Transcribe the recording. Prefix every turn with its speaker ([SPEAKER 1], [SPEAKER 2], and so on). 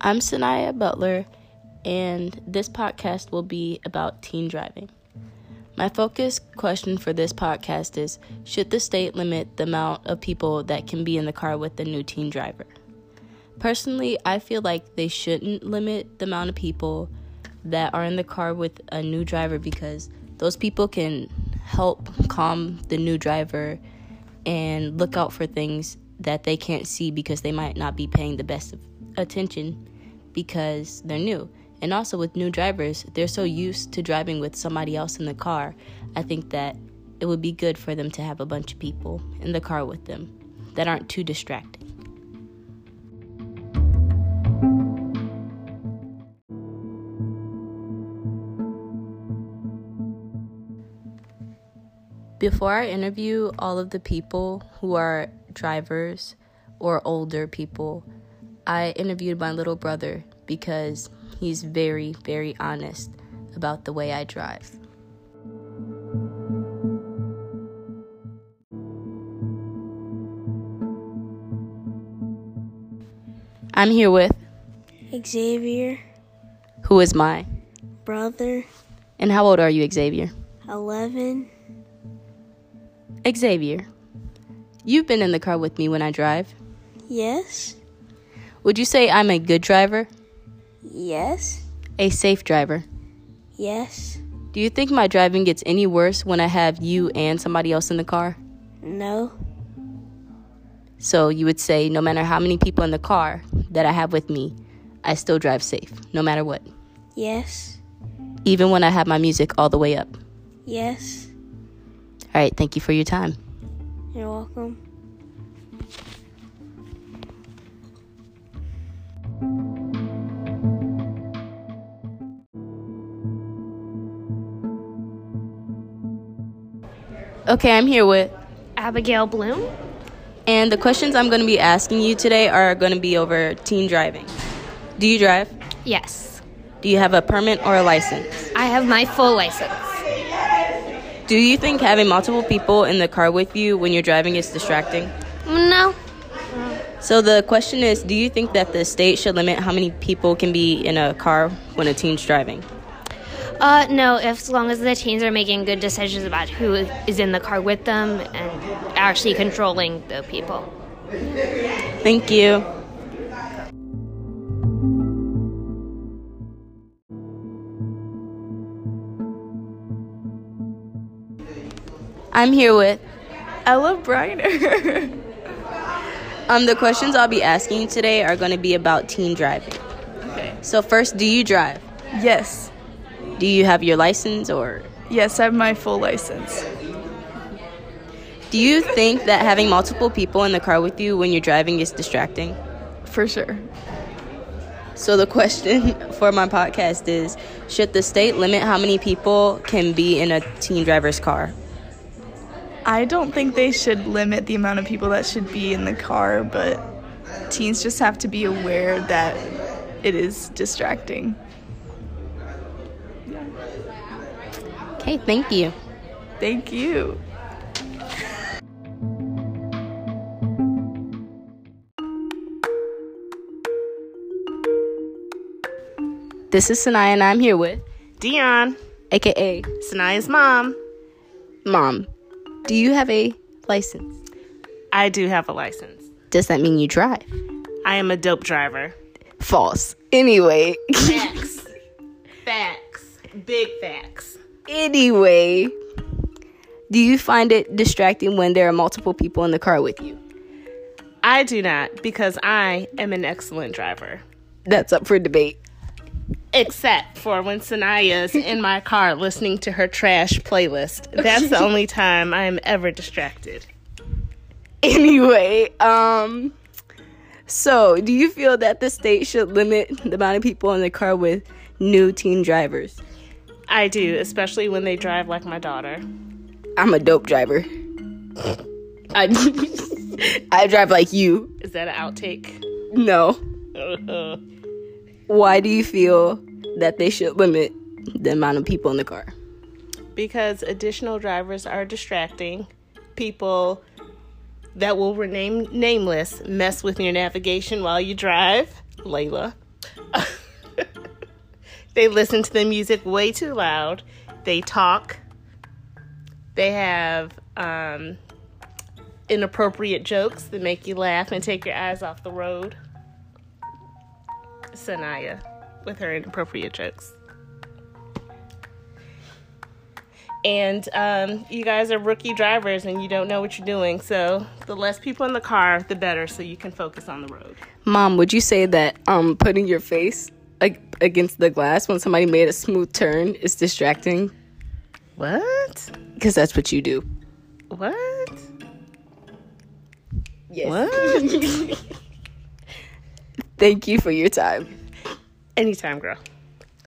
[SPEAKER 1] I'm Sanaya Butler, and this podcast will be about teen driving. My focus question for this podcast is Should the state limit the amount of people that can be in the car with a new teen driver? Personally, I feel like they shouldn't limit the amount of people that are in the car with a new driver because those people can help calm the new driver and look out for things that they can't see because they might not be paying the best of attention because they're new. And also with new drivers, they're so used to driving with somebody else in the car. I think that it would be good for them to have a bunch of people in the car with them that aren't too distracting. Before I interview all of the people who are drivers or older people, I interviewed my little brother because he's very, very honest about the way I drive. I'm here with,
[SPEAKER 2] Xavier,
[SPEAKER 1] who is my,
[SPEAKER 2] brother,
[SPEAKER 1] and how old are you, Xavier?
[SPEAKER 2] 11.
[SPEAKER 1] Xavier, you've been in the car with me when I drive.
[SPEAKER 2] Yes,
[SPEAKER 1] Would you say I'm a good driver?
[SPEAKER 2] yes,
[SPEAKER 1] A safe driver?
[SPEAKER 2] yes,
[SPEAKER 1] Do you think my driving gets any worse when I have you and somebody else in the car?
[SPEAKER 2] no,
[SPEAKER 1] So you would say, no matter how many people in the car that I have with me, I still drive safe, no matter what.
[SPEAKER 2] yes,
[SPEAKER 1] Even when I have my music all the way up.
[SPEAKER 2] yes.
[SPEAKER 1] All right, thank you for your time.
[SPEAKER 2] You're welcome.
[SPEAKER 1] Okay, I'm here with.
[SPEAKER 3] Abigail Bloom.
[SPEAKER 1] And the questions I'm going to be asking you today are going to be over teen driving. Do you drive?
[SPEAKER 3] Yes.
[SPEAKER 1] Do you have a permit or a license?
[SPEAKER 3] I have my full license.
[SPEAKER 1] Do you think having multiple people in the car with you when you're driving is distracting?
[SPEAKER 3] No.
[SPEAKER 1] So the question is, do you think that the state should limit how many people can be in a car when a teen's driving?
[SPEAKER 3] Uh, no, if, as long as the teens are making good decisions about who is in the car with them and actually controlling the people.
[SPEAKER 1] Thank you. I'm here with Ella Briner. um, the questions I'll be asking you today are going to be about teen driving. Okay. So first, do you drive?
[SPEAKER 4] Yes.
[SPEAKER 1] Do you have your license, or
[SPEAKER 4] Yes, I have my full license.
[SPEAKER 1] do you think that having multiple people in the car with you when you're driving is distracting?
[SPEAKER 4] For sure.
[SPEAKER 1] So the question for my podcast is: Should the state limit how many people can be in a teen driver's car?
[SPEAKER 4] I don't think they should limit the amount of people that should be in the car, but teens just have to be aware that it is distracting.
[SPEAKER 1] Okay, thank you.
[SPEAKER 4] Thank you.
[SPEAKER 1] This is Sanaya, and I'm here with
[SPEAKER 5] Dion,
[SPEAKER 1] AKA
[SPEAKER 5] Sanaya's mom.
[SPEAKER 1] Mom. Do you have a license?
[SPEAKER 5] I do have a license.
[SPEAKER 1] Does that mean you drive?
[SPEAKER 5] I am a dope driver.
[SPEAKER 1] False. Anyway,
[SPEAKER 5] Facts. facts. Big facts.
[SPEAKER 1] anyway. Do you find it distracting when there are multiple people in the car with you?
[SPEAKER 5] I do not because I am an excellent driver.
[SPEAKER 1] That's up for debate.
[SPEAKER 5] Except for when Sanaya's in my car listening to her trash playlist. That's the only time I am ever distracted.
[SPEAKER 1] anyway, um, so do you feel that the state should limit the amount of people in the car with new teen drivers?
[SPEAKER 5] I do, especially when they drive like my daughter.
[SPEAKER 1] I'm a dope driver. I I drive like you.
[SPEAKER 5] Is that an outtake?
[SPEAKER 1] No. Why do you feel that they should limit the amount of people in the car?
[SPEAKER 5] because additional drivers are distracting people that will rename nameless mess with your navigation while you drive layla They listen to the music way too loud. They talk. They have um, inappropriate jokes that make you laugh and take your eyes off the road. Sanaya with her inappropriate jokes. And um, you guys are rookie drivers and you don't know what you're doing. So the less people in the car, the better, so you can focus on the road.
[SPEAKER 1] Mom, would you say that um, putting your face ag- against the glass when somebody made a smooth turn is distracting?
[SPEAKER 5] What?
[SPEAKER 1] Because that's what you do.
[SPEAKER 5] What?
[SPEAKER 1] Yes.
[SPEAKER 5] What?
[SPEAKER 1] Thank you for your time.
[SPEAKER 5] Anytime, girl.